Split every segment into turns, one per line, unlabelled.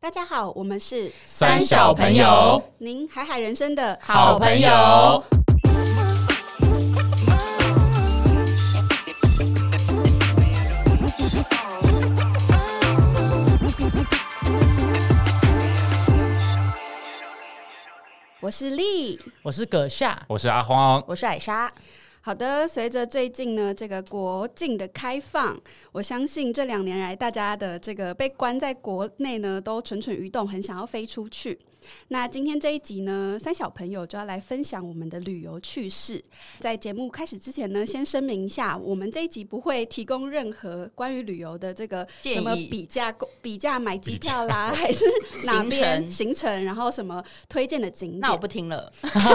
大家好，我们是
三小朋友
您海海人生的
好朋友。
我是丽。
我是葛夏，
我是阿荒，
我是艾莎，
好的，随着最近呢这个国境的开放，我相信这两年来大家的这个被关在国内呢都蠢蠢欲动，很想要飞出去。那今天这一集呢，三小朋友就要来分享我们的旅游趣事。在节目开始之前呢，先声明一下，我们这一集不会提供任何关于旅游的这个
建议
什么比价、比价买机票啦，还是哪边行程，然后什么推荐的景点。
那我不听了，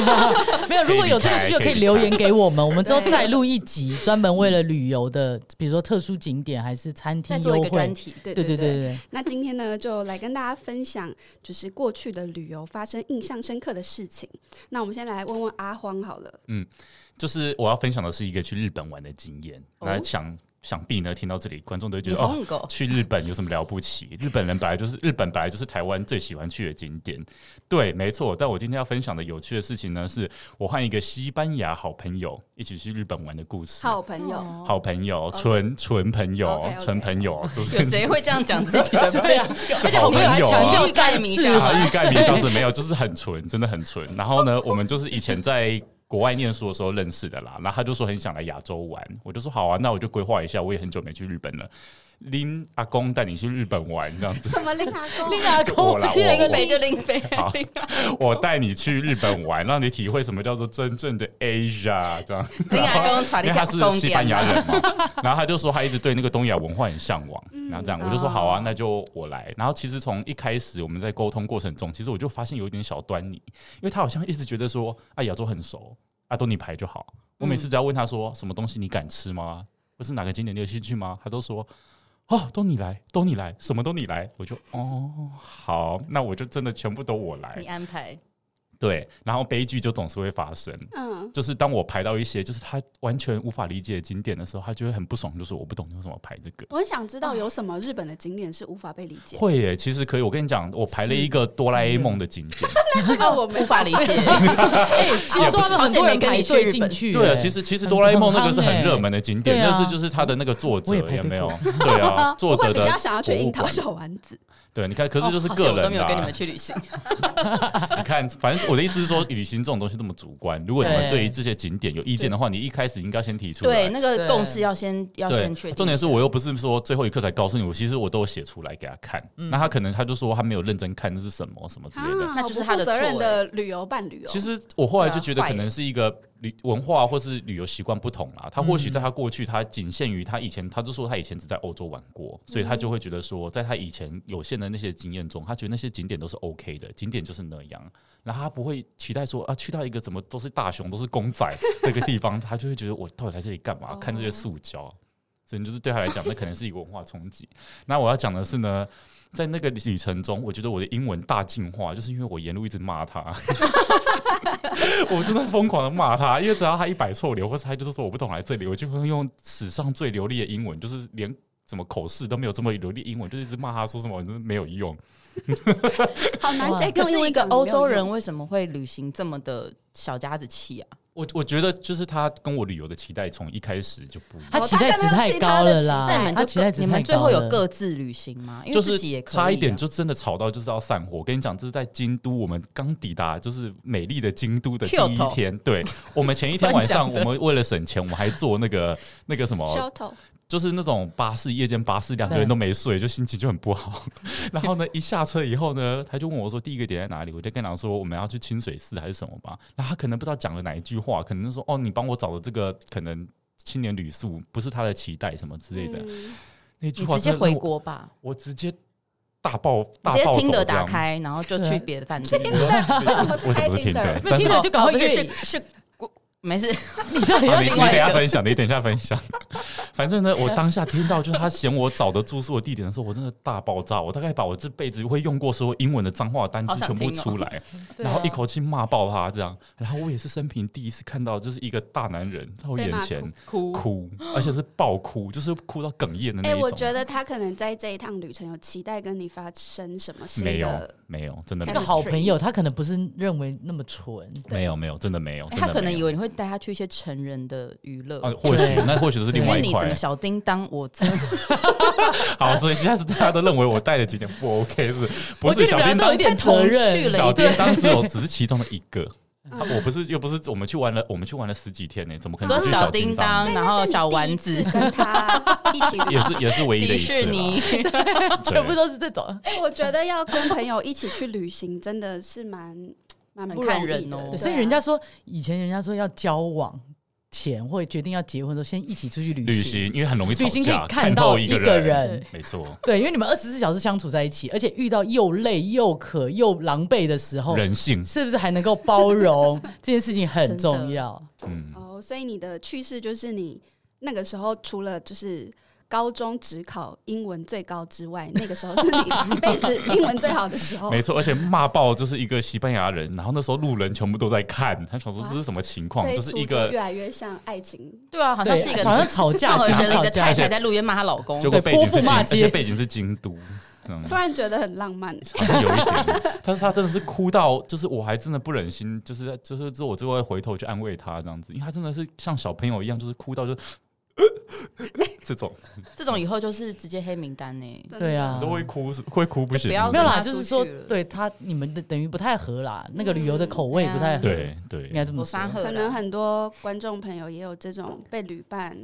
没有，如果有这个需要，可以留言给我 们，我们之后
对
再录一集专门为了旅游的，比如说特殊景点还是餐
再
厅
做一
优
个专
惠，
题。
对
对
对
对
对对，
那今天呢，就来跟大家分享，就是过去的旅游发生印象深刻的事情。那我们先来问问阿荒好了，
就是我要分享的是一个去日本玩的经验。
哦
来想想必呢，听到这里观众都会觉
你
得哦，
碰狗
去日本有什么了不起？日本人本来就是日本本来就是台湾最喜欢去的景点。对，没错。但我今天要分享的有趣的事情呢，是我和一个西班牙好朋友一起去日本玩的故事。
好朋友，
好朋友，纯纯朋友
OK，OK，
纯朋友，就是
有谁会这样讲自己 的？
对啊，而且
好
我们
朋
还
友
强调
啊。
欲盖
三
弥
次
彰
嘛，
啊，欲盖弥彰是没有，就是很纯，真的很纯。然后呢，我们就是以前在国外念书的时候认识的啦。然后他就说很想来亚洲玩，我就说好啊，那我就规划一下，我也很久没去日本了。拎阿公带你去日本玩，这样 子，
什么令阿公？
哦那个阿
我
公
啦
听了
我
一个
我
飞就另飞，
好我带你去日本玩，让你体会什么叫做真正的 Asia 这样。
另外公传
因
你
为他是
公
西班牙人 嘛， 然后他就说他一直对那个东亚文化很向往，
嗯
然后这样我就说好啊，那就我来。然后其实从一开始我们在沟通过程中，其实我就发现有一点小端倪，因为他好像一直觉得说啊亚洲很熟，啊都你排就好。我每次只要问他说什么东西你敢吃吗，或是哪个景点你有兴趣吗，他都说。哦，都你来，都你来，什么都你来，我就哦好，那我就真的全部都我来
你。安排
对，然后悲剧就总是会发生。
嗯，
就是当我排到一些就是他完全无法理解的景点的时候，他就会很不爽，就说我不懂你为什么排这个。
我很想知道有什么日本的景点是无法被理解。
会耶，其实可以。我跟你讲，我排了一个哆啦 A 梦的景点。
这个我没
无 法理解，
哎，其实都他们很多人排队进去，
对啊，
哎
其实其实哆啦 A 梦那个是很热。
夯哎
门的景点，
对啊
但是就是他的那个作者
我也排队
有没有
过？
对 啊，
我
作
会
者
比
的
较想要去樱桃
博物馆
小丸子，
对，你看，可是就是
哦好
个
险我
人
都没有跟你
的啊
们。去旅行，
你 看，反正我的意思是说，旅行这种东西这么主观，如果你们
对
对于这些景点有意见的话，你一开始应该先 提出来。
对，那个共识要先要
对，
先确定。
重点是我又不是说最后一刻才告诉你，我其实我都有写出来给他看。
嗯
那他可能他就说他没有认真看那是什么什么之类的。
啊
那就是他
好不负
的
责任
错
的旅游伴侣哦。
其实我后来就觉得
对啊
可能是一个旅文化或是旅游习惯不同啦。他或
嗯
许在他过去，他仅限于他以前，他就说他以前只在欧洲玩过，所以他
嗯
就会觉得说，在他以前有限的那些经验中，他觉得那些景点都是 OK 的，景点就是那样。然后他不会期待说啊，去到一个怎么都是大熊、都是公仔这个地方，他就会觉得我到底来这里干嘛？
哦
看这些塑胶，所以就是对他来讲，那可能是一个文化冲击。那我要讲的是呢，在那个旅程中，我觉得我的英文大进化，就是因为我沿路一直骂他， 我真的疯狂的骂他，因为只要他一摆错流，或是他就是说我不懂来这里，我就会用史上最流利的英文，就是连什么口试都没有这么流利的英文，就是一直骂他说什么没有用。
好难
哇
这
可
个
是一个欧洲人为什么会旅行这么的小家子气啊？
我我觉得就是他跟我旅游的期待从一开始就不一样。
哦
他期待值太高了啦，
那你们
他
就
期待
各
值
你们
太
最
高
后
了
有各自旅行吗？因为
就
自
是
己也可以啊
差一点就真的吵到就是要散伙。我跟你讲，这是在京都，我们刚抵达就是美丽的京都的第一
Kyoto
天。对，我们前一天晚上，
乱讲
我
的
们为了省钱，我们还坐那个那个什么
s h u t t l
就是那种巴士，夜间巴士，两个人
对
都没睡，就心情就很不好。 然后呢，一下车以后呢，他就问我说第一个点在哪里，我就跟他说我们要去清水寺还是什么吧。然后他可能不知道讲了哪一句话，可能就说哦，你帮我找的这个可能青年旅宿不是他的期待什么之类的、
嗯
那句
嗯你
话，
直接回，国吧，
我直接大爆
直
大
接
爆
听
走这
得打
样。
开，然后就去别的饭店。
我
怎么是
为什么是听
开 Tinder？
的？
没有听
但是
了就赶快
哦不是
越
是是国没事，
你到底
好，
要
啊你
另
你等
外一
一下
个
分享，你等一下分享。 反正呢，我当下听到就是他嫌我找的住宿的地点的时候，我真的大爆炸。我大概把我这辈子会用过所有英文的脏话单
好
词
想
全部
听哦
出来，
对啊
然后一口气骂爆他这样。然后我也是生平第一次看到，就是一个大男人在我
被
眼
骂
前
哭
哭，而且是爆哭，就是哭到哽咽的那
哎、
一种。
我觉得他可能在这一趟旅程有期待跟你发生什么新
没有
的，
没有，真的
这
这
没有，
个好朋友，他可能不是认为那么纯，
没有，没有，真的没有。
哎
真的
他可能
没
以
有
为你会带他去一些成人的娱乐，
啊，或许
对
那或许是另
因
外
为
一
你整
块
个。小叮当，我真的
好，所以现在是大家都认为我带的景点不 OK，是不
我觉
是
得你
小叮
们俩都有
当
一点
太童
责
趣
任
了
小
一
叮
点
当只有只是其中的一个。啊
嗯
我不是又不是我们去玩了，我们去玩了十几天呢，怎么可能
说
只是
小
叮
叮当
所以那
然后
是你
小
第一
丸子
次跟他一起旅
也是也是唯一的
迪
一次
士尼
啦。，
全部
对
都是这种。
哎、我觉得要跟朋友一起去旅行，真的是 蛮蛮不容易的
很看人哦
对
对，
啊
所以人家说以前人家说要交往前或决定要结婚的时候，先一起出去旅
旅行，因为很容易吵
旅行可
架，
以
看
看到
一
一个
人，
人
没错，
对，因为你们二十四小时相处在一起，而且遇到又累又渴又狼狈的时候，
人性，
是不是还能够包 容这件事情很重要？
嗯，
哦，所以你的趣事就是你那个时候除了就是高中只考英文最高之外，那个时候是 你一辈子英文最好的时候。
没错，而且骂爆就是一个西班牙人，然后那时候路人全部都在看，他想说
哇
这是什么情况，
这
就
一
是
出
一
就
个
越来越像爱情，
对啊，好像
对
是一个，
好像吵架，
我
想
觉得
吵
你的太
架，
太在路边骂她老公
结，果
对
背景
泼
是
妇
京，
骂
而
街
且背景是京都，嗯，
突然觉得很浪漫。
好像有一点，但是他真的是哭到，就是我还真的不忍心，就是就是之后我最后会回头去安慰他这样子，因为他真的是像小朋友一样，就是哭到就 这种，
这种以后就是直接黑名单呢。
真的
对啊
你，说会哭是会哭不行
不要
是
没有啦，
跟他出
就是说
去了嗯
对他你们的等于不太合啦，那个旅游的口味不太合，
对对
应，该这么
啊我
说
发。狠
可能很多观众朋友也有这种被旅伴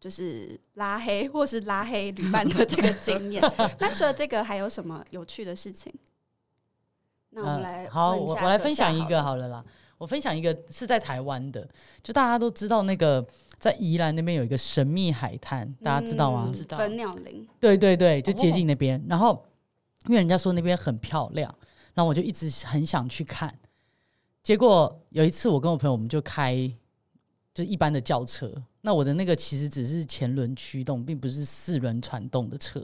就是拉黑或是拉黑旅伴的这个经 验。那除了这个，还有什么有趣的事情？那我们
嗯
来、
好，我我来分享一个
好了，
好了啦。我分享一个是在台湾的，就大家都知道那个在宜兰那边有一个神秘海滩，大家知道吗？
嗯
知道
粉鸟林，
对对对，就
哦
接近那边。然后因为人家说那边很漂亮，然后我就一直很想去看。结果有一次我跟我朋友，我们就开就是一般的轿车，那我的那个其实只是前轮驱动，并不是四轮传动的车。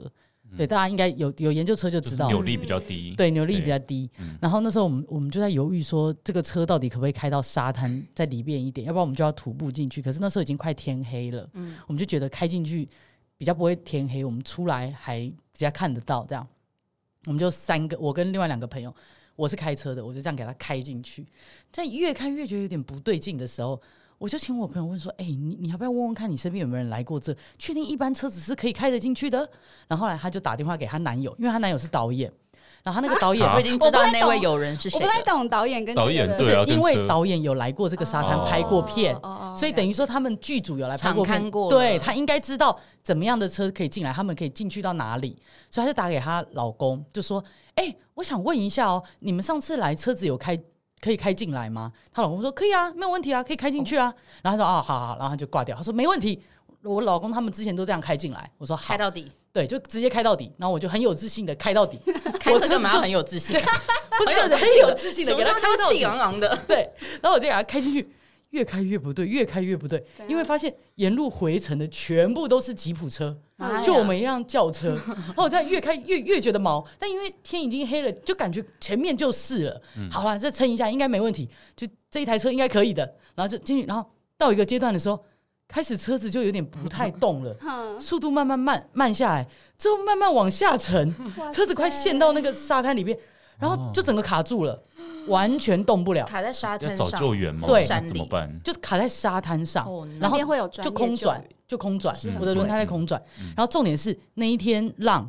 对，大家应该有有研究车就
嗯就
知
是
道，
扭力比较低，
对，扭力比较低
嗯。
然后那时候我们我们就在犹豫说，这个车到底可不可以开到沙滩再里面一点，要不然我们就要徒步进去。可是那时候已经快天黑了，
嗯
我们就觉得开进去比较不会天黑，我们出来还比较看得到这样。我们就三个，我跟另外两个朋友，我是开车的，我就这样给他开进去。在越看越觉得有点不对劲的时候，我就请我朋友问说：“哎、你你要不要问问看你身边有没有人来过这？确定一般车子是可以开得进去的？”然后后来她就打电话给她男友，因为她男友是导演，然后她那个导演、
啊
我已经知道那位友人是
我
谁
不
了。
太懂导演跟
导演
这个
不
的
对啊
是因为
跟车
导演有来过这个沙滩拍过片
哦，哦哦
所以等于说他们剧组有来拍
场
过片
看过了
对他应该知道怎么样的车可以进来，他们可以进去到哪里，所以他就打给她老公，就说：“哎、我想问一下哦，你们上次来车子有开可以开进来吗？”她老公说：“可以啊，没有问题啊，可以开进去
哦
啊。然后她说：“啊，好好好。”然后她就挂掉。她说：“没问题。”我老公他们之前都这样开进来，我说好
开，到底，
对，就直接开到底。然后我就很有自信的开到 底，
开
我
车
车
干嘛
子
要
就
很有自 信？
不是很有自信的
什
给
么
他
都
开到
气
底。
昂昂的。
对，然后我就给他开进去，越开越不对，越开越不对，
啊
怎
因为
样
发现沿路回程的全部都是吉普车，
哎妈呀
就我们一辆轿车。 然后我这样越开越越觉得毛，但因为天已经黑了，就感觉前面就是了。好啦，再撑一下应该没问题，就这一台车应该可以的。然后就进去，然后到一个阶段的时候，开始车子就有点不太动了。
哼
速度慢慢慢慢下来，之后慢慢往下沉，
哇
车子快
塞
陷到那个沙滩里面，然后就整个卡住了，完全动不了，
卡在沙
要
滩
找
上，
救援嘛，
对
那
山
怎么
里
办？
就卡在沙滩上
哦那，
然
那
后
边会有专
就
业
空转
救援，
就空转
是，很
我的轮
嗯
胎在空转。然后重点是那一天浪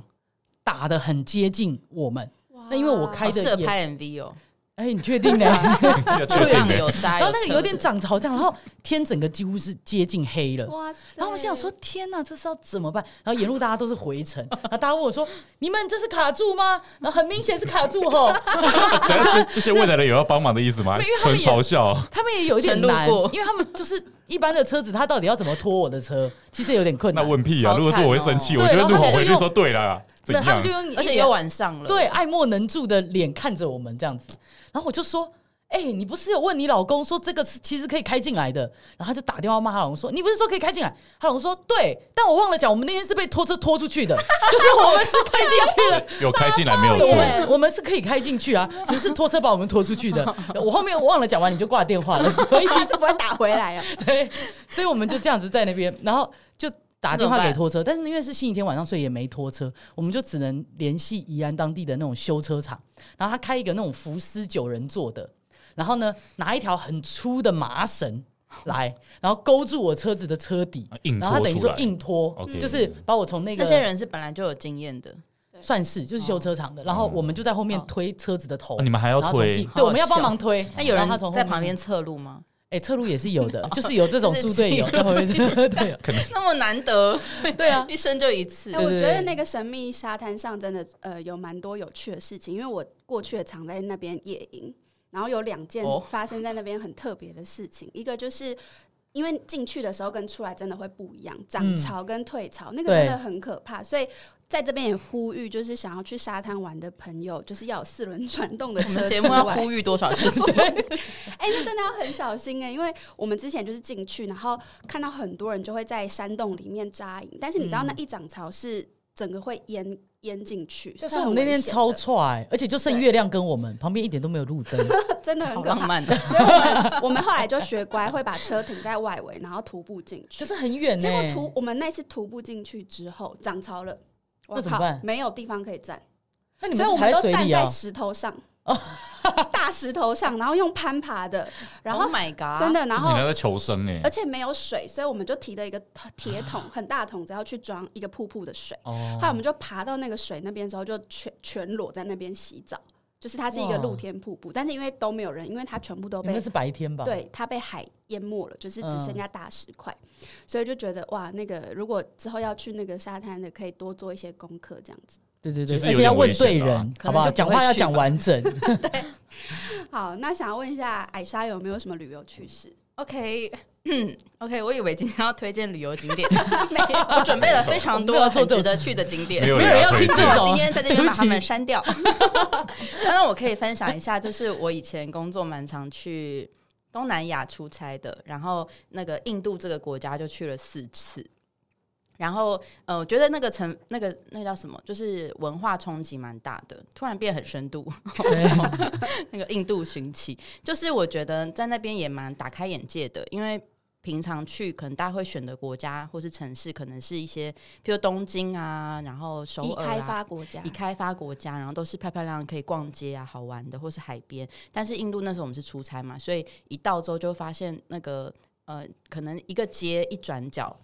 打得很接近我们，那因为我开
好适
的
合
也，
拍 MV 哦，
哎，你确 定呢？
要确
就
定
是
欸
有沙，
然后那个
车
有点
的
涨潮这样，然后天整个几乎是接近黑了。
哇塞，
然后我心想说：“天哪，这是要怎么办？”然后沿路大家都是回程，然后大家问我说：“你们这是卡住吗？”然后很明显是卡住吼，
等下这这些未来的有要帮忙的意思吗
没有因为？他
纯
们
嘲笑，
他们也有一点
全路
难，
过
因为他们就是一般的车子，他到底要怎么拖我的车，其实有点困
那
难。
问屁啊！
好
如果是我会生气，我觉得
哦对然后
路好
他就
回去
用
说对啦，怎
对，他
样
们就？用一
而且
脸
又晚上了，
对爱莫能助的脸看着我们这样子，然后我就说：“哎、你不是有问你老公说这个是其实可以开进来的？”然后他就打电话骂她老公说：“你不是说可以开进来？”她老公说：“对，但我忘了讲，我们那天是被拖车拖出去的，就是我们是开进去了。”
有开进来没有
我
错，啊
们我们是可以开进去啊，只是拖车把我们拖出去的。我后面忘了讲完，你就挂电话了，所以
啊他是不会打回来啊。
对，所以我们就这样子在那边，然后就打电话给拖车，但是因为是星期天晚上，所以也没拖车，我们就只能联系宜安当地的那种修车厂，然后他开一个那种福斯九人座的，然后呢拿一条很粗的麻绳来，然后勾住我车子的车底，
硬
然后他
拖
等于
出
说
来。哦
硬拖，
OK
就是把我从那个
那嗯些人是本来就有经验的，
算是就是修车厂的，然后我们就在后面推车子的头
啊。哦你们还要
然后从
推
一，对，我们要帮忙推。
那有人
然后他从后
在
面
旁边侧录吗？
哎，侧路也是有 的，就是有这种
就是
猪队友
基
在旁边车队友，
那么难 得，
对啊，
一生就一 次
哎，。我觉得那个神秘沙滩上真的呃有蛮多有趣的事情，因为我过去也常在那边夜营，然后有两件
哦
发生在那边很特别的事情，一个就是。因为进去的时候跟出来真的会不一样，涨
嗯
潮跟退潮、那个
对
真的很可怕，所以在这边也呼吁，就是想要去沙滩玩的朋友，就是要有四轮 传动的
我
车
们节
之
目要
外
呼吁多 少 次？
哎、那真的要很小心哎、因为我们之前就是进去，然后看到很多人就会在山洞里面扎营，但是你知道
嗯
那一涨潮是整个会淹淹进去，
就是
是
我
很
们那
危
天
险
超
的
踹，而且就剩月亮跟我们旁边一点都没有路 灯，
真的很
好
可
浪
怕。
漫啊的，
所以我们我们后来就学乖，会把车停在外围，然后徒步进去
就。是很欸远呢
结。果徒我们那次徒步进去之后涨潮了，我
那怎么
靠
办，
没有地方可以站，
那你
所
们
以我
是
们
踩
都站
在水里哦
在
啊？
石头上，大石头上，然后用攀爬的，然
Oh
后
my God，
真的，然后
你要在求生哎
而，且没有水，所以我们就提了一个铁桶，很大桶子，要去装一个瀑布的水。后来我
哦，
们就爬到那个水那边的时候，就全全裸在那边洗澡，就是它是一个
哇
露天瀑布，但是因为都没有人，因为它全部都
你们
被
那是白天吧？，
对它被海淹没了，就是只剩下大石块，所以就觉得哇，那个如果之后要去那个沙滩的，可以多做一些功课这样子。
对对对
其实有
而且
点
要问
危险
对
啊
人，
可能
好不好？
就不
讲
会
话要
去
讲
吧
完整。
好，那想要问一下艾莎有没有什么旅游趣事？
OK，嗯，OK，我以为今天要推荐旅游景点， 没有，我准备了非
我
常多
们没有做
很
这种
值得去的景点，
没有
没有
人
人
要
要听
推
这
荐
那
种
我今天在这边把它
对
们
不
删掉。 那我可以分享一下，就是我以前工作蛮常去东南亚出差的，然后那个印度这个国家就去了四次。然后，呃，我觉得那个城，那个那个叫什么，就是文化冲击蛮大的，突然变很深度。
对
那个印度寻奇，就是我觉得在那边也蛮打开眼界的，因为平常去可能大家会选的国家或是城市，可能是一些，譬如东京啊，然后首
已
尔、啊、
开发国家
已，开发国家，然后都是漂漂亮亮可以逛街啊、好玩的，或是海边。但是印度那时候我们是出差嘛，所以一到之后就发现那个呃，可能一个街一转角，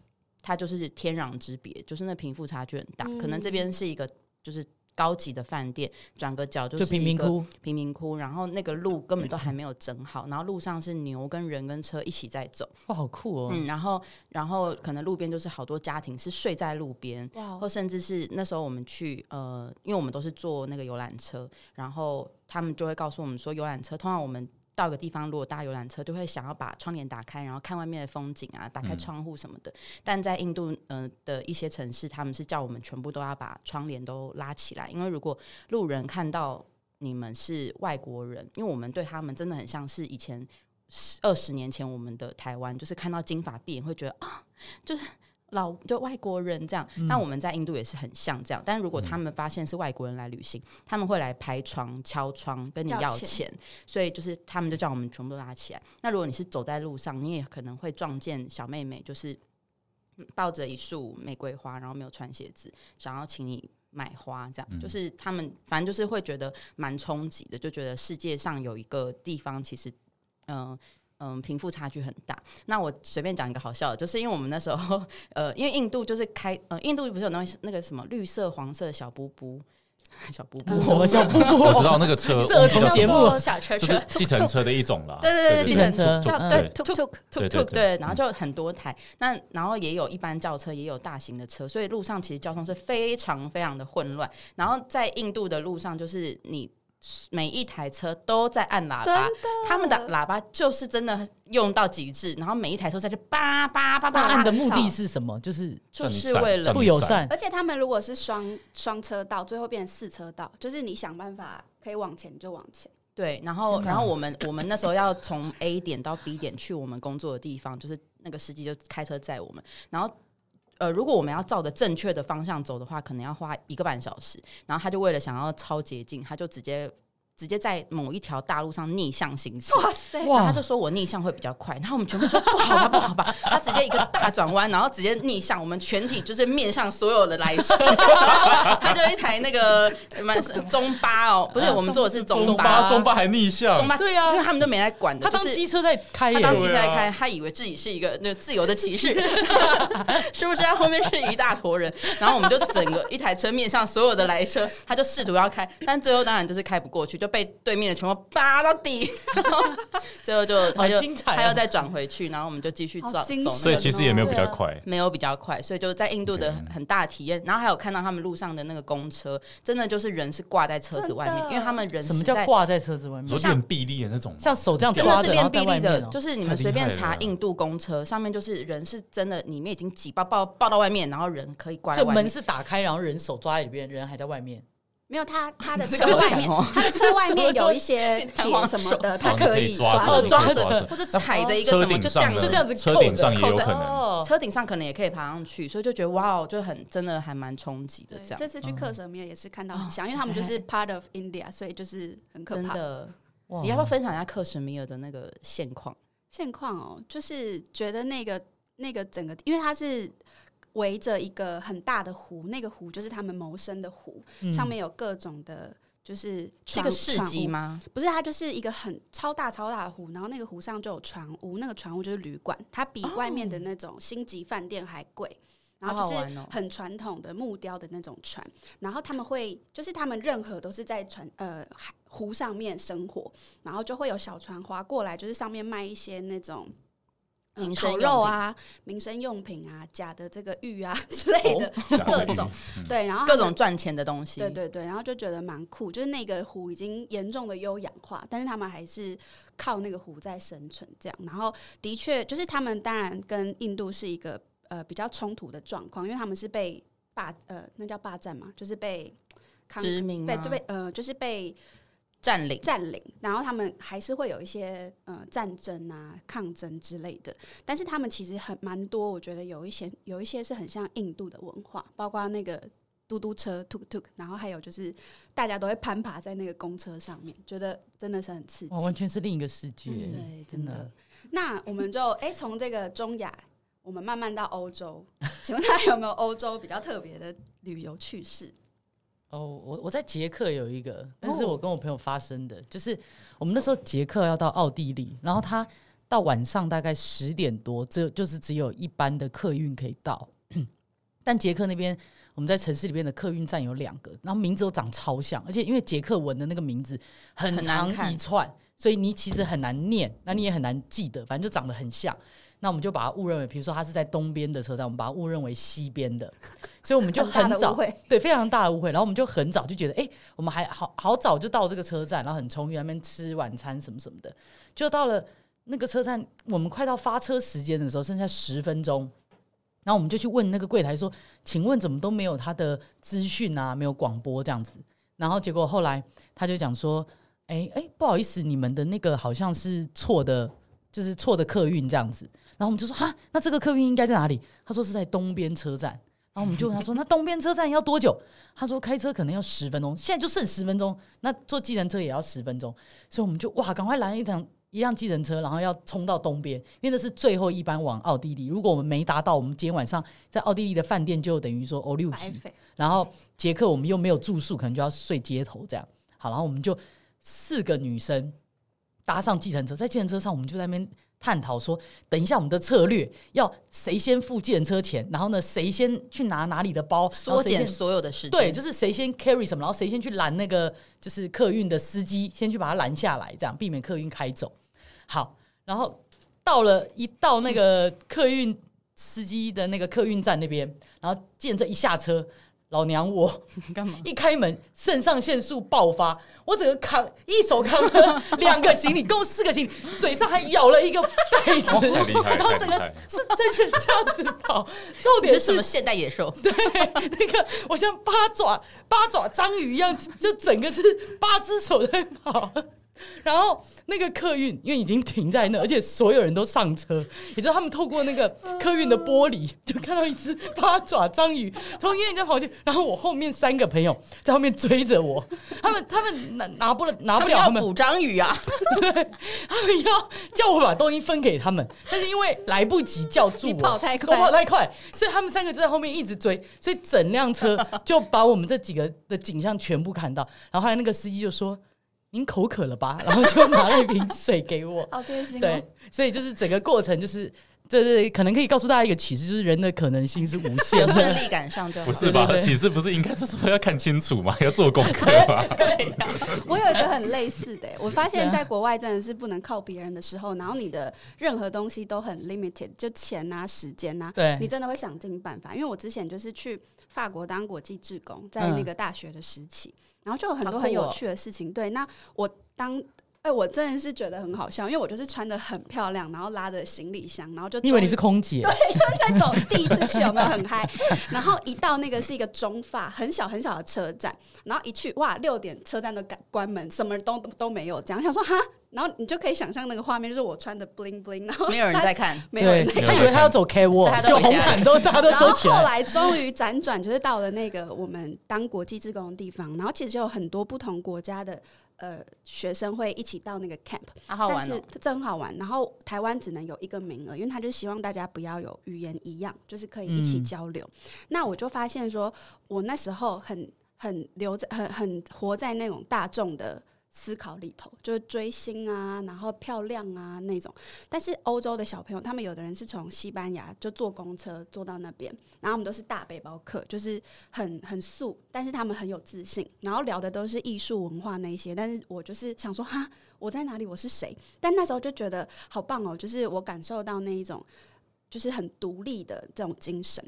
它就是天壤之别，就是那贫富差距很大。可能这边是一个就是高级的饭店，转个角就
就是贫
一
民
个
窟，
贫民窟，然后那个路根本都还没有整好，然后路上是牛跟人跟车一起在走，
哇，好酷哦！
嗯，然后然后可能路边就是好多家庭是睡在路边，
哇
或甚至是那时候我们去呃，因为我们都是坐那个游览车，然后他们就会告诉我们说，游览车通常我们到一个地方，如果搭游览车，就会想要把窗帘打开，然后看外面的风景啊，打开
嗯
窗户什么的。但在印度呃的一些城市，他们是叫我们全部都要把窗帘都拉起来，因为如果路人看到你们是外国人，因为我们对他们真的很像是以前二十年前我们的台湾，就是看到金发碧眼会觉得啊，就是老就外国人这样。那、我们在印度也是很像这样，但如果他们发现是外国人来旅行，他们会来拍窗、敲窗跟你
要
要
钱
钱，所以就是他们就叫我们全部都拉起来。那如果你是走在路上，你也可能会撞见小妹妹，就是抱着一束玫瑰花，然后没有穿鞋子，想要请你买花，这样、
嗯
就是他们反正就是会觉得蛮冲击的，就觉得世界上有一个地方其实，嗯、嗯，贫富差距很大。那我随便讲一个好笑的，就是因为我们那时候， 呃，因为印度就是开，呃，印度不是有那那个什么绿色、黄色的小布布， 小布布，
嗯
什么叫瀑
我知
布？
道那个车，
是儿童
我忘记
节
叫什么
目
小车
就
车
是，计程车的一种啦，
对对对，
对
计
对
程
计
车
程车
叫
嗯
对
对
tuk tuk
对
tuk
对
tuk
对嗯
对，然后就很多台，那然后也有一般轿车，也有大型的车，所以路上其实交通是非常非常的混乱。然后在印度的路上，就是你每一台车都在按喇
真
叭
的，
他们的喇叭就是真的用到极致，然后每一台车在这叭叭叭
大
啊
叭
案
叭，
的目的是什么？就是
就是为了
让
不
你
友
闪
嗯
善。
而且他们如果是双双车道，最后变成四车道，就是你想办法可以往前就往前。
对，然后
天哪
然后我们我们那时候要从 A 点到 B 点去我们工作的地方，就是那个司机就开车载我们，然后。呃，如果我们要照着正确的方向走的话，可能要花一个半小时。然后他就为了想要超捷径，他就直接直接在某一条大路上逆向行驶。
哇塞，
然后他就说我逆向会比较快，然后我们全部说不好吧，不好吧，他直接一个大转弯，然后直接逆向，我们全体就是面向所有的来车， 他就一台那个什么 中巴哦，不是
嗯
我们坐的是中
中
巴，
巴中巴还逆向，
中巴，
对啊
因为他们都没来管的，
他当
就是
机车在开耶、
他当
机
机
车
车
在
在
开
开，他以为自己是一个那自由的骑士，是不是？他后面是一大坨人，然后我们就整个一台车面向所有的来车，他就试图要开，但最后当然就是开不过去，就被对面的全部扒到底，然后最后就他
好
就
精彩哦
他又再转回去，然后我们就继续
好
走走
精
那个
彩
所以其实也没有比较
对啊
快。
没有比较快，所以就是在印度的
OK
很大的体验。然后还有看到他们路上的那个公车，真的就是人是挂在车子外
真
面，
的
因为他们人
什么
实
叫
在
挂在车子外
你
面
说？练臂力的那种吗，
像手这样
真
抓
的是
哦着，然后
练
在
臂
外
力
面、
的
哦，
就是你们随便查印度公车，上面就是人是真的，里面已经挤爆爆爆到外面，然后人可以挂
哦
在
就
外
门
面。
是打开，然后人手抓在里边，人还在外面。
没有他他的
这
车
个
外
讲
面
哦，
他的车外面有一些
太
铁
荒
什么的，他
哦你可
以
抓
住
着抓
可以
着
抓着，
或者踩着一个
车
什么，
顶
就这样
上的
就
就这
这
样，
样子
车
扣着
顶上也有可能
扣着哦
车顶上可能也可以爬上去，所以就觉得哇哦，就很真的还蛮冲击的
对，
这样，
这次去克什米尔也是看到很像，因为
哦
他们就是
对
part of India，所以就是很可
真
怕。
的。
哇
你要不要分享一下克什米尔的那个现况？
现况哦，就是觉得那个那个整个，因为它是围着一个很大的湖，那个湖就是他们谋生的湖，
嗯
上面有各种的，就是
是一
船
个市集？
船
吗
屋？不是，它就是一个很超大超大的湖，然后那个湖上就有船屋，那个船屋就是旅馆，它比外面的那种星级饭店还贵。然后
好好
就是
玩哦
很传统的木雕的那种船，然后他们会就是他们任何都是在船呃海湖上面生活，然后就会有小船划过来，就是上面卖一些那种。呃
民生
烤
用
肉啊，民生用品啊，假的这个玉啊 之类的，
各
各种
嗯
对，然后他
各
们
种赚钱的东西，
对对对，然后就觉得蛮酷，就是那个湖已经严重的优氧化，但是他们还是靠那个湖在生存这样。然后的确，就是他们当然跟印度是一个呃比较冲突的状况，因为他们是被霸呃那叫霸占嘛，就是被康
殖民
被
吗
就被呃就是被
占领。啊
占领，然后他们还是会有一些呃战争啊、抗争之类的。但是他们其实很蛮多，我觉得有一些有一些是很像印度的文化，包括那个嘟嘟车 tuk tuk，然后还有就是大家都会攀爬在那个公车上面，觉得真的是很刺激
哇，。完全是另一个世界，
嗯
对，真
真
的
的。
那我们就哎从这个中亚，我们慢慢到欧洲，请问大家有没有欧洲比较特别的旅游趣事？
哦，我我在捷克有一个，但
哦
是我跟我朋友发生的，就是我们那时候捷克要到奥地利，然后他到晚上大概十点多，只有就是只有一班的客运可以到， 但捷克那边我们在城市里边的客运站有两个，然后名字都长超像，而且因为捷克文的那个名字很
很难
长
看
一串，所以你其实很难念，那你也很难记得，反正就长得很像。那我们就把它误认为，比如说它是在东边的车站，我们把它误认为西边的，所以我们就
很大
很
的
早
误会
对，非常大的误会。然后我们就很早就觉得，哎、我们还好好早就到这个车站，然后很充裕，在那边吃晚餐什么什么的。就到了那个车站，我们快到发车时间的时候，剩下十分钟，然后我们就去问那个柜台说：“请问怎么都没有他的资讯啊，没有广播这样子？”然后结果后来他就讲说：“哎哎，不好意思，你们的那个好像是错的，就是错的客运这样子。”然后我们就说：“哈，那这个客运应该在哪里？”他说是在东边车站。然后我们就问他说：“那东边车站要多久？”他说：“开车可能要十分钟，现在就剩十分钟。那坐计程车也要十分钟，所以我们就哇，赶快拦一辆一辆计程车，然后要冲到东边，因为那是最后一班往奥地利。如果我们没达到，我们今天晚上在奥地利的饭店就等于说欧六
白
级，
费，
然后捷克我们又没有住宿，可能就要睡街头这样。好，然后我们就四个女生搭上计程车，在计程车上我们就在那边探讨说，等一下我们的策略要谁先付计程车钱，然后呢谁先去拿哪里的包，然
缩
后谁
减
先
所有的时间，
对，就是谁先 carry 什么，然后谁先去拦那个就是客运的司机，先去把他拦下来，这样避免客运开走。好，然后到了一到那个客运司机的那个客运站那边，然后见这一下车，老娘我
干嘛？
一开门，肾上腺素爆发，我整个扛一手扛了两个行李，共四个行李，嘴上还咬了一个袋子，
哦
太厉害
然后
太
整
厉害
个 是这样这样子跑。重
你
点
是什
是
么现代野兽？
那个我 像八爪八爪章鱼一样，就整个是八只手在跑。 然后那个客运因为已经停在那，而且所有人都上车，也就是他们透过那个客运的玻璃，就看到一只八爪章鱼从远远就跑去，然后我后面三个朋友在后面追着我，他们他们拿拿不了拿不了他
要
们，
捕章鱼 啊！
他们要叫我把东西分给他们，但是因为来不及叫住
你
我，
啊
跑太
我跑
快，。
太快，所以他们三个就在后面一直追，所以整辆车就把我们这几个的景象全部看到。然后后来那个司机就说：“您口渴了吧？” 然后就拿了一瓶水给我
好贴心
对
哦。，
所以就是整个过程就是，这是可能可以告诉大家一个启示，就是人的可能性是无 限
有顺
的。
利赶上就好
不。是吧
对？对对
启示不是应该是说要看清楚吗？ 要做功课吗？
我有一个很类似的欸、我发现
对啊
在国外真的是不能靠别人的时候，然后你的任何东西都很 limited，就钱啊、时间啊，
对
你真的会想尽办法。因为我之前就是去法国当国际志工，在那
嗯
个大学的时期，然后就有很
好
多
酷
很有
哦
趣的事情。对，那我当。哎、我真的是觉得很好笑，因为我就是穿的很漂亮，然后拉着行李箱，然后就
你以为你
终于
是空姐？
那种第一次去有没有很嗨？ 然后一到那个是一个中法很小很小的车站，然后一去哇，六点车站都关关门，什么都都没有，这样想说哈，然后你就可以想象那个画面，就是我穿的 bling bling，然后
没有人在 看，
没有人
对
在
他以为他要走 K
大
walk，
家都
就
回家
红毯都大家都
然后
收起
后
来。
来终于辗转，就是到了那个我们当国际志工的地方，然后其实有很多不同国家的呃学生会一起到那个 camp，
好好
但
玩
是
哦！
这很好玩。然后台湾只能有一个名额，因为他就希望大家不要有语言一样，就是可以一起
嗯
交流。那我就发现说，我那时候很很留在很很活在那种大众的。思考里头就是追星啊，然后漂亮啊那种。但是欧洲的小朋友，他们有的人是从西班牙就坐公车坐到那边，然后我们都是大背包客，就是很很素，但是他们很有自信，然后聊的都是艺术文化那一些。但是我就是想说，哈，我在哪里，我是谁？但那时候就觉得好棒哦，就是我感受到那一种就是很独立的这种精神。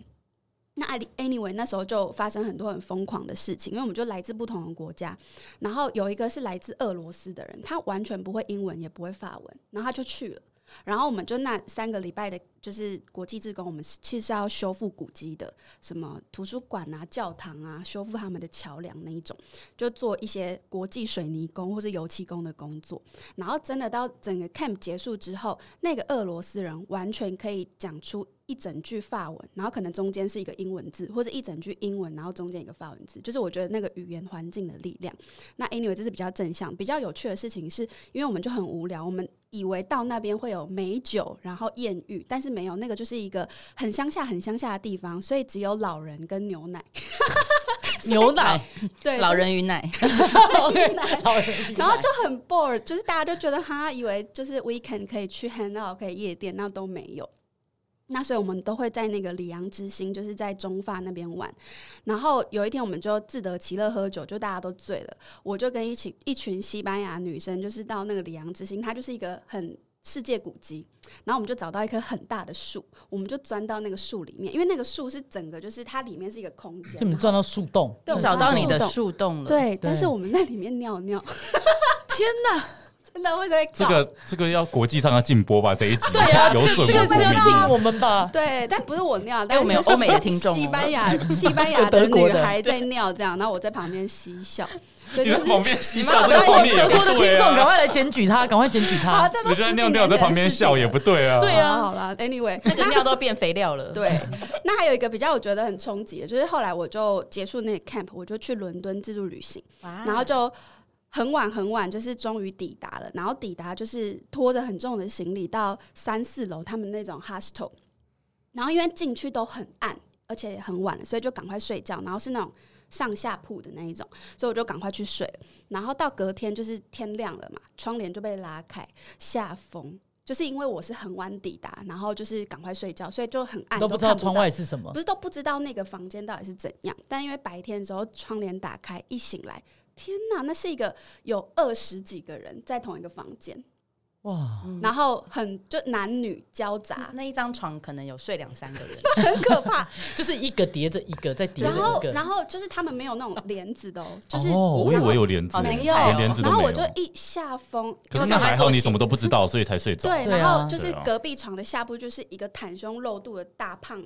那 any- anyway，那时候就发生很多很疯狂的事情，因为我们就来自不同的国家，然后有一个是来自俄罗斯的人，他完全不会英文，也不会法文，然后他就去了。然后我们就那三个礼拜的，就是国际志工，我们是其实是要修复古迹的，什么图书馆啊、教堂啊，修复他们的桥梁那一种，就做一些国际水泥工或是油漆工的工作。然后真的到整个 camp 结束之后，那个俄罗斯人完全可以讲出一整句法文，然后可能中间是一个英文字，或者一整句英文，然后中间一个法文字，就是我觉得那个语言环境的力量。那 anyway，这是比较正向，比较有趣的事情是，因为我们就很无聊，我们以为到那边会有美酒，然后艳遇，但是没有，那个就是一个很乡下、很乡下的地方，所以只有老人跟牛奶。
牛奶，
对，
老人与奶，
老人
然后就很 bored，就是大家就觉得哈，以为就是 weekend 可以去 hang out，可以夜店，那都没有。那所以我们都会在那个里昂之星，就是在中法那边玩。然后有一天我们就自得其乐喝酒，就大家都醉了。我就跟一起一群西班牙女生，就是到那个里昂之星，它就是一个很。世界古迹，然后我们就找到一棵很大的树，我们就钻到那个树里面，因为那个树是整个就是它里面是一个空间，
你们
然后
撞到树洞，
对我
找到你的
树洞
树洞了。，
对，但
对
是我们在里面尿 尿，
天哪！
真的会不会
这
搞
个这个要国际上要禁播吧？这一集
对啊，这
有
个
损
这个
我
是要
国
进
民
我们吧？
对，但不是我尿，但
哎我们有欧美的听众哦
西班牙西班牙
有德
的
国
女
的
孩在尿这样，然后我在旁边嬉笑，这
你
就
在
是
旁边嬉 笑，
们
这
有
个画面也
德
不
国的听
对
众，赶
啊！
快来检举他，赶快检举
好，
他。
这都
我
是
觉得
十几
尿
年
尿啊在
前
旁
的
边
事
笑
情
也
了
不对啊。
对啊
好了，anyway，
那个尿都变肥料了。，
对，那还有一个比较我觉得很冲击的，就是后来我就结束那个 camp，我就去伦敦自助旅行。然
然
后就很晚很晚，就是终于抵达了。然后抵达就是拖着很重的行李到三四楼他们那种 hostel，然后因为进去都很暗，而且也很晚了，所以就赶快睡觉。然后是那种上下铺的那一种，所以我就赶快去睡了。然后到隔天就是天亮了嘛，窗帘就被拉开，下风。就是因为我是很晚抵达，然后就是赶快睡觉，所以就很暗，
都不知道
看
窗
到
外是什 么
不，是都不知道那个房间到底是怎样，但因为白天的时候窗帘打开，一醒来，天哪，那是一个有二十几个人在同一个房间，
哇！
嗯
然后很就男女交杂，
嗯那一张床可能有睡两三个人，
很可怕。
就是一个叠着一个，再叠着
然
一
后
个，
然后就是他们没有那种帘子的哦，就是
哦，我以
然后
为有帘子，
好
没
精
有，
彩哦
连帘子都
然后
没有
我就。一下风，
可
然
是
后
那
赶快
还
坐
好，你
起
什么都不知道，所以才睡着。
对，
对
然后
啊
就是
对啊
隔壁床的下铺就是一个袒胸露肚的大胖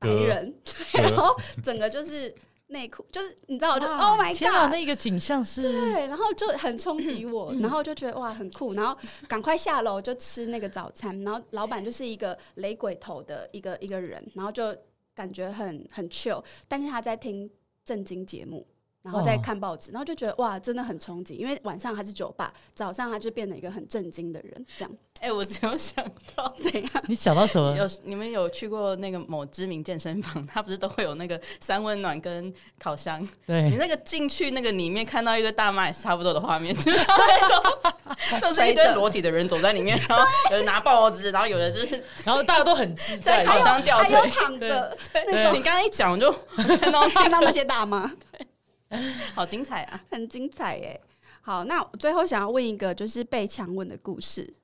白
哥
人，
哥
然后整个就是内裤，就是你知道，我就
哇
Oh my
天啊，
God！
那个景象是
对，然后就很冲击我，然后就觉得哇很酷，然后赶快下楼就吃那个早餐，然后老板就是一个雷鬼头的一个一个人，然后就感觉很很 chill，但是他在听正经节目，然后在
哇
看报纸，然后就觉得哇真的很冲击，因为晚上他是酒吧，早上他就变得一个很正经的人，这样
哎、我只有想 到
怎样？
你想到什么？
有你们有去过那个某知名健身房，它不是都会有那个三温暖跟烤箱？你
对，
那个进去那个里面看到一堆大妈也是差不多的 画面，就是他们都都是一堆裸体的人走在里面，然后有人拿报纸，然后有的就是
然后大家都很自在
在，烤箱掉
还
腿
有。躺着 那
对
种
你刚刚一讲，我就 看到
看到那些大妈。
好精彩啊！
很精彩耶。好，那我最后想要问一个就是被强吻的故事。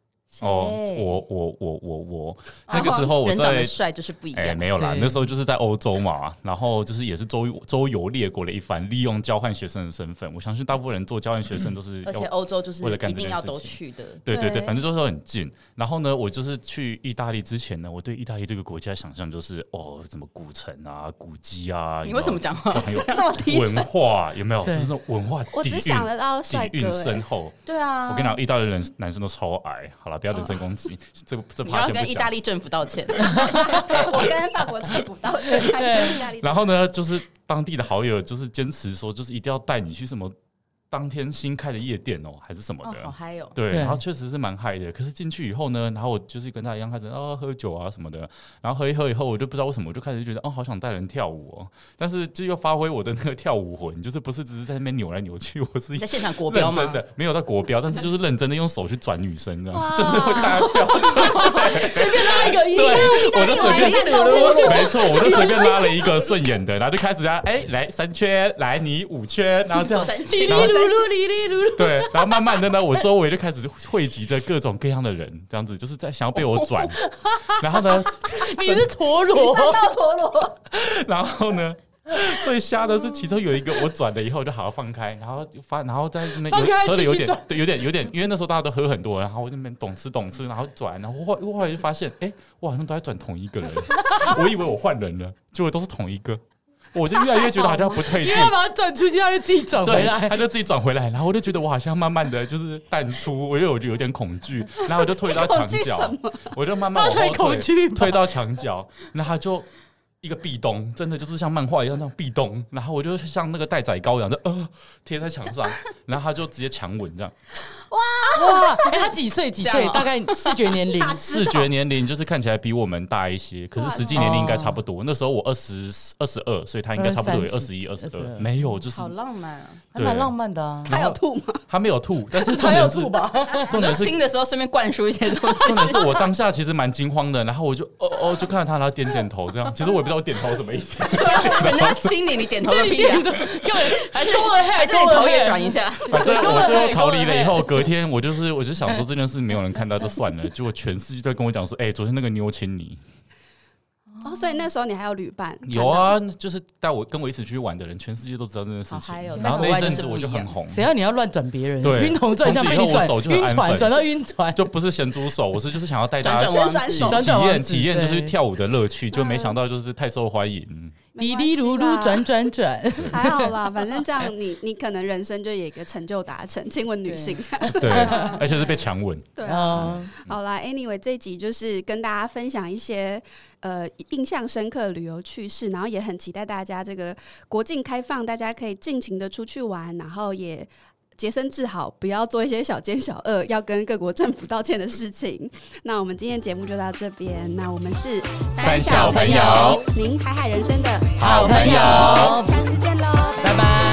哦，
谁
我我我我我那个时候我
人长
在
得帅就是不一
哎、
样。
没有啦，
对
那时候就是在欧洲嘛，然后就是也是周周游列国了一番，利用交换学生的身份，我相信大部分人做交换学生都是
嗯而
要
且欧洲就是
为了干
一
这件
定要都
事情
去的，
对对对，
对
反正就是很近。然后呢，我就是去意大利之前呢，我对意大利这个国家想象就是哦，什么古城啊、古迹啊，
你
有没有
为什么讲话
就很有
这么低沉？
文化有没有？就
对
是那种文化
我
底
只
蕴
想得到帅
底蕴
哥
深
耶，
厚。
对啊，
我跟你讲，意大利人男生都超矮。好了，不要人身攻击， 这这
哦你
趴
要
先
跟
不
意大
讲。
利政府 道歉。
我跟法国政府道歉，他跟意大利政府
然后呢，就是当地的好友就是坚持说，就是一定要带你去什么当天新开的夜店哦，还是什么
哦
的。，
好嗨哦！
对，
对
然后确实是蛮嗨的。可是进去以后呢，然后我就是跟他一样开始哦喝酒啊什么的，然后喝一喝以后，我就不知道为什么，我就开始觉得哦好想带人跳舞哦，但是就又发挥我的那个跳舞魂，就是不是只是在那边扭来扭去，我是
你在现场国标
认
吗
真？的没有到国标，但是就是认真的用手去转女生，这样
哇
就是会大家跳，
随便拉一个音，
对，我就随便。
战斗陀螺
没错，我就随便拉了一个顺眼的，然后就开始啊，哎、来三圈，来你五圈，然后这样
走三圈
哩哩噜噜哩哩噜噜，
对，然后慢慢的呢，我周围就开始汇集着各种各样的人，这样子就是在想要被我转，然后呢，
你是陀螺，
到陀螺，
然后呢，最瞎的是其中有一个我转了以后就好好放开，然后就发，然后在那边
放开
有喝的有
继续
点
转
对，有点有点，因为那时候大家都喝很多，然后我就那边懂吃懂吃，然后转，然后后后来就发现，哎、我好像都在转同一个人，我以为我换人了，结果都是同一个，我就越来越觉得好像不对
因
劲
为。他把它转出去，他就自己转
对，
回来
他。就自己转回来，然后我就觉得我好像慢慢的就是淡出，我又我就有点恐惧，然后我就退到 墙
恐惧什
角，
么？
我就慢慢往
他太
后
恐惧
退，
吧
退到墙角，然后他就一个壁咚，真的就是像漫画一样那样壁咚，然后我就像那个待宰羔羊的呃贴在墙上，然后他就直接强吻这样，
哇，哎，他几岁？几
这
岁？
样哦
大概视觉 年龄
视觉年龄就是看起来比我们大一些，可是实际年龄应该差不多，那时候我二十二十二，所以他应该差不多有哦二十一二十
22
二，没有就是
好浪漫啊！
还蛮浪漫的啊。
他有吐吗？
他没有吐，但是重
他要
点是
吐吧？
重点是
亲的时候顺便灌输一些东西。
重点是我当下其实蛮惊慌的，然后我就哦哦就看到他，然后点点头这样。其实我也不知道我点头什么意思，
人家亲你，你点头个
对，你
屁啊
点！的，根本还是 go
还
ahead，
是你
go
哎头也
ahead
转一。下，
反正我最后逃离了以
对
后，隔天我就是我就想说这件事没有人看到就算了，结果全世界都跟我讲说，哎、昨天那个妞亲你，
哦，所以那时候你还有旅伴？
有啊，就是带我跟我一起去玩的人，全世界都知道这件事
好
情
嗨哦。
然后
在国
那
外
一阵
就是
子我
不一
就很
样
红，
谁让你要乱转别人？
对
晕头转向被
从
你
此以后我
转
手，就很
晕
安
船
分
转到晕船，
就不是咸猪手，我是就是想要带哎大家
转转
去
弯
旋转手
转
转
体
王
验
子
体验就是
对
跳舞的乐趣，就没想到就是太受欢迎。
哩哩噜噜转转转，
还好啦，反正这样你你可能人生就有一个成就达成，亲吻女性这样。
对，而且是被强吻。
对啊，
嗯，
好啦，Anyway，这一集就是跟大家分享一些呃印象深刻的旅游趣事，然后也很期待大家这个国境开放，大家可以尽情的出去玩，然后也。洁身自好，不要做一些小奸小恶，要跟各国政府道歉的事情。那我们今天节目就到这边，那我们是
三小朋友，
您海海人生的
好朋友
下次见喽，拜
拜拜。